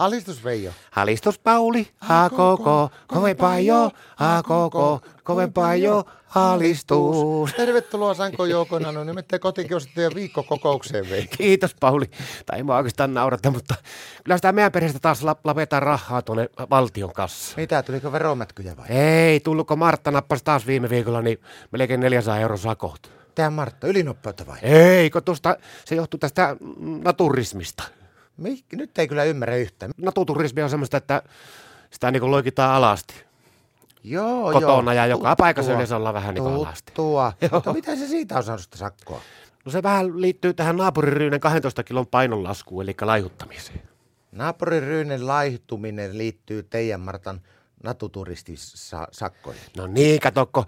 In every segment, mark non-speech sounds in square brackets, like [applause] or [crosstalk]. Alistus Veijo. Alistus Pauli, a koko, kovempaa jo, a koko, kovempaa jo, alistus. Tervetuloa Sanko Joukona, no nimittäin kotikiusattujen viikkokokoukseen Veijo. Kiitos Pauli. Tai mua oikeastaan naurata, mutta kyllä sitä meidän perheestä taas la- lapetaan rahaa tuonne valtion kassaan. Mitä, tuliko veromätkyjä vai? Ei, tullutko Martta nappasi taas viime viikolla, niin melkein 400 euron sakot. Tää Martta, ylinopeutta vai? Ei, kun tuosta, se johtuu tästä mm, naturismista. Mik? Nyt ei kyllä ymmärrä yhtään. Naturismi on semmoista, että sitä niin loikitaan alasti. Joo, Kotona joo. ja joka paikassa Tuttua. yleensä ollaan vähän niin kuin alasti. Tuttua. Mutta mitä se siitä on saanut sitä sakkoa? No se vähän liittyy tähän naapuriryynän 12 kilon painonlaskuun, eli laihuttamiseen. Naapurin ryynen laihtuminen liittyy teidän Martan natuturistisakkoihin. No niin, katokko.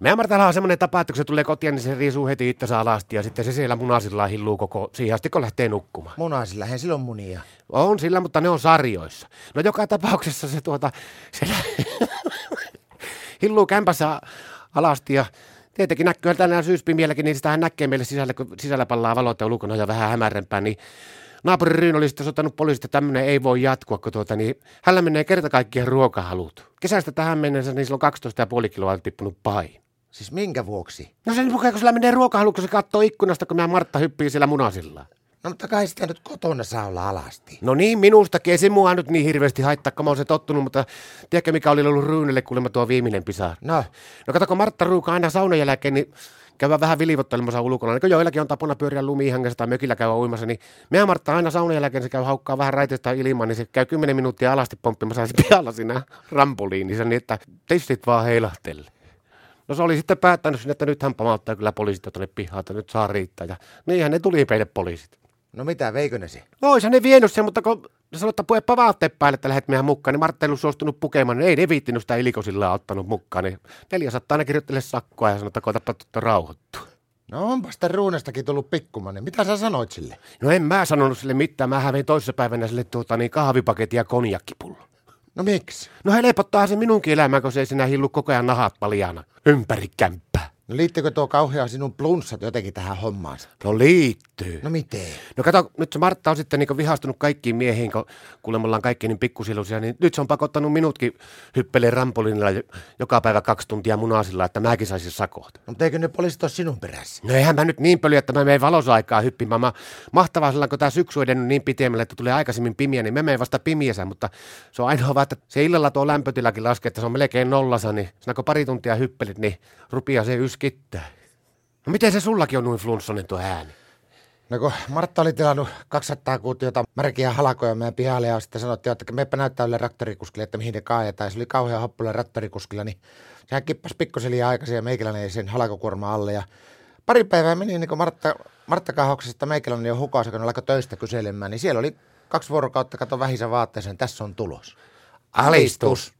Meidän Martalla on semmoinen tapa, että kun se tulee kotiin, niin se riisuu heti itsensä alasti ja sitten se siellä munasilla hilluu koko siihen asti, kun lähtee nukkumaan. Munaisilla, hän silloin munia. On sillä, mutta ne on sarjoissa. No joka tapauksessa se tuota, se [laughs] hilluu kämpässä alasti ja tietenkin näkyy tänään syyspimielläkin, niin sitähän näkee meille sisällä, kun sisällä pallaa valot ja ulkona ja vähän hämärempää, niin naapurin Ryyn oli sitten ottanut poliisista, että tämmöinen ei voi jatkua, kun tuota, niin hänellä menee kerta kaikkiaan ruokahalut. Kesästä tähän mennessä, niin sillä on 12,5 kiloa tippunut paino. Siis minkä vuoksi? No sen mukaan, kun sillä menee ruokahalu, kun se katsoo ikkunasta, kun mä Martta hyppii siellä munasilla. No mutta kai sitä nyt kotona saa olla alasti. No niin, minustakin. Ei se mua nyt niin hirveästi haittaa, kun mä oon se tottunut, mutta tiedätkö mikä oli ollut ryynelle kuulemma tuo viimeinen pisara? No, No kato, kun Martta ruukaa aina saunan jälkeen, niin käydään vähän vilivottelemassa ulkona. Niin kun joillakin on tapana pyöriä lumihangessa tai mökillä käydä uimassa, niin meidän Martta aina saunan jälkeen se käy haukkaa vähän raiteista ilmaan, niin se käy 10 minuuttia alasti pomppimassa ja se pihalla siinä rampoliinissa, niin että testit vaan heilahtelee. No se oli sitten päättänyt sinne, että nythän pamauttaa kyllä poliisit tuonne pihaan, että nyt saa riittää. Ja niinhän ne tuli meille poliisit. no mitä, veikö ne se? No oishan ne vienyt sen, mutta kun ne sanoi, että puepa vaatteet päälle, että lähdet meidän mukaan, niin Martta ei ollut suostunut pukemaan, niin ei ne viittinyt sitä ilikosilla ottanut mukaan, niin 400 aina kirjoittele sakkoa ja sanoi, että koetapa tuttu rauhoittua. No onpa sitä ruunestakin tullut pikkumainen. Mitä sä sanoit sille? No en mä sanonut sille mitään, mä vein toisessa päivänä sille tuota, niin kahvipaketin ja konjakkipullo. No miksi? No helpottaahan se minunkin elämää, kun se ei sinä hillu koko ajan nahat paljana ympäri kämppää. No liittyykö tuo kauhea sinun plunssat jotenkin tähän hommaansa? No liittyy. No miten? No kato, nyt se Martta on sitten niin vihastunut kaikkiin miehiin, kun kuulemma ollaan kaikki niin pikkusiluisia, niin nyt se on pakottanut minutkin hyppeleen rampolinilla jo- joka päivä kaksi tuntia munasilla, että mäkin saisin sakot. No mutta eikö ne poliisit ole sinun perässä? No eihän mä nyt niin pölyä, että mä menen valosaikaa hyppimään. Mä, mahtavaa sillä, kun tämä syksy on edennyt niin pitemmälle, että tulee aikaisemmin pimiä, niin mä menen vasta pimiässä, mutta se on ainoa vaan, että se illalla tuo lämpötilakin laskee, että se on melkein nollassa, niin sinä kun pari tuntia hyppelit, niin rupia se yskittää. No miten se sullakin on noin flunssonen tuo ääni? No kun Martta oli tilannut 200 kuutiota märkiä halakoja meidän pihalle ja sitten sanottiin, että meppä näyttää ylle rattorikuskille, että mihin ne kaajetaan. Ja se oli kauhean hoppuilla rattorikuskilla, niin sehän kippasi pikkusen liian aikaisin ja meikäläinen ei sen halakokuorma alle. Ja pari päivää meni ennen kuin Martta, Martta Kahoksesta meikäläinen jo hukassa, kun ne alkoi töistä kyselemään, niin siellä oli kaksi vuorokautta, kato vähissä vaatteeseen, tässä on niin tulos. Alistus.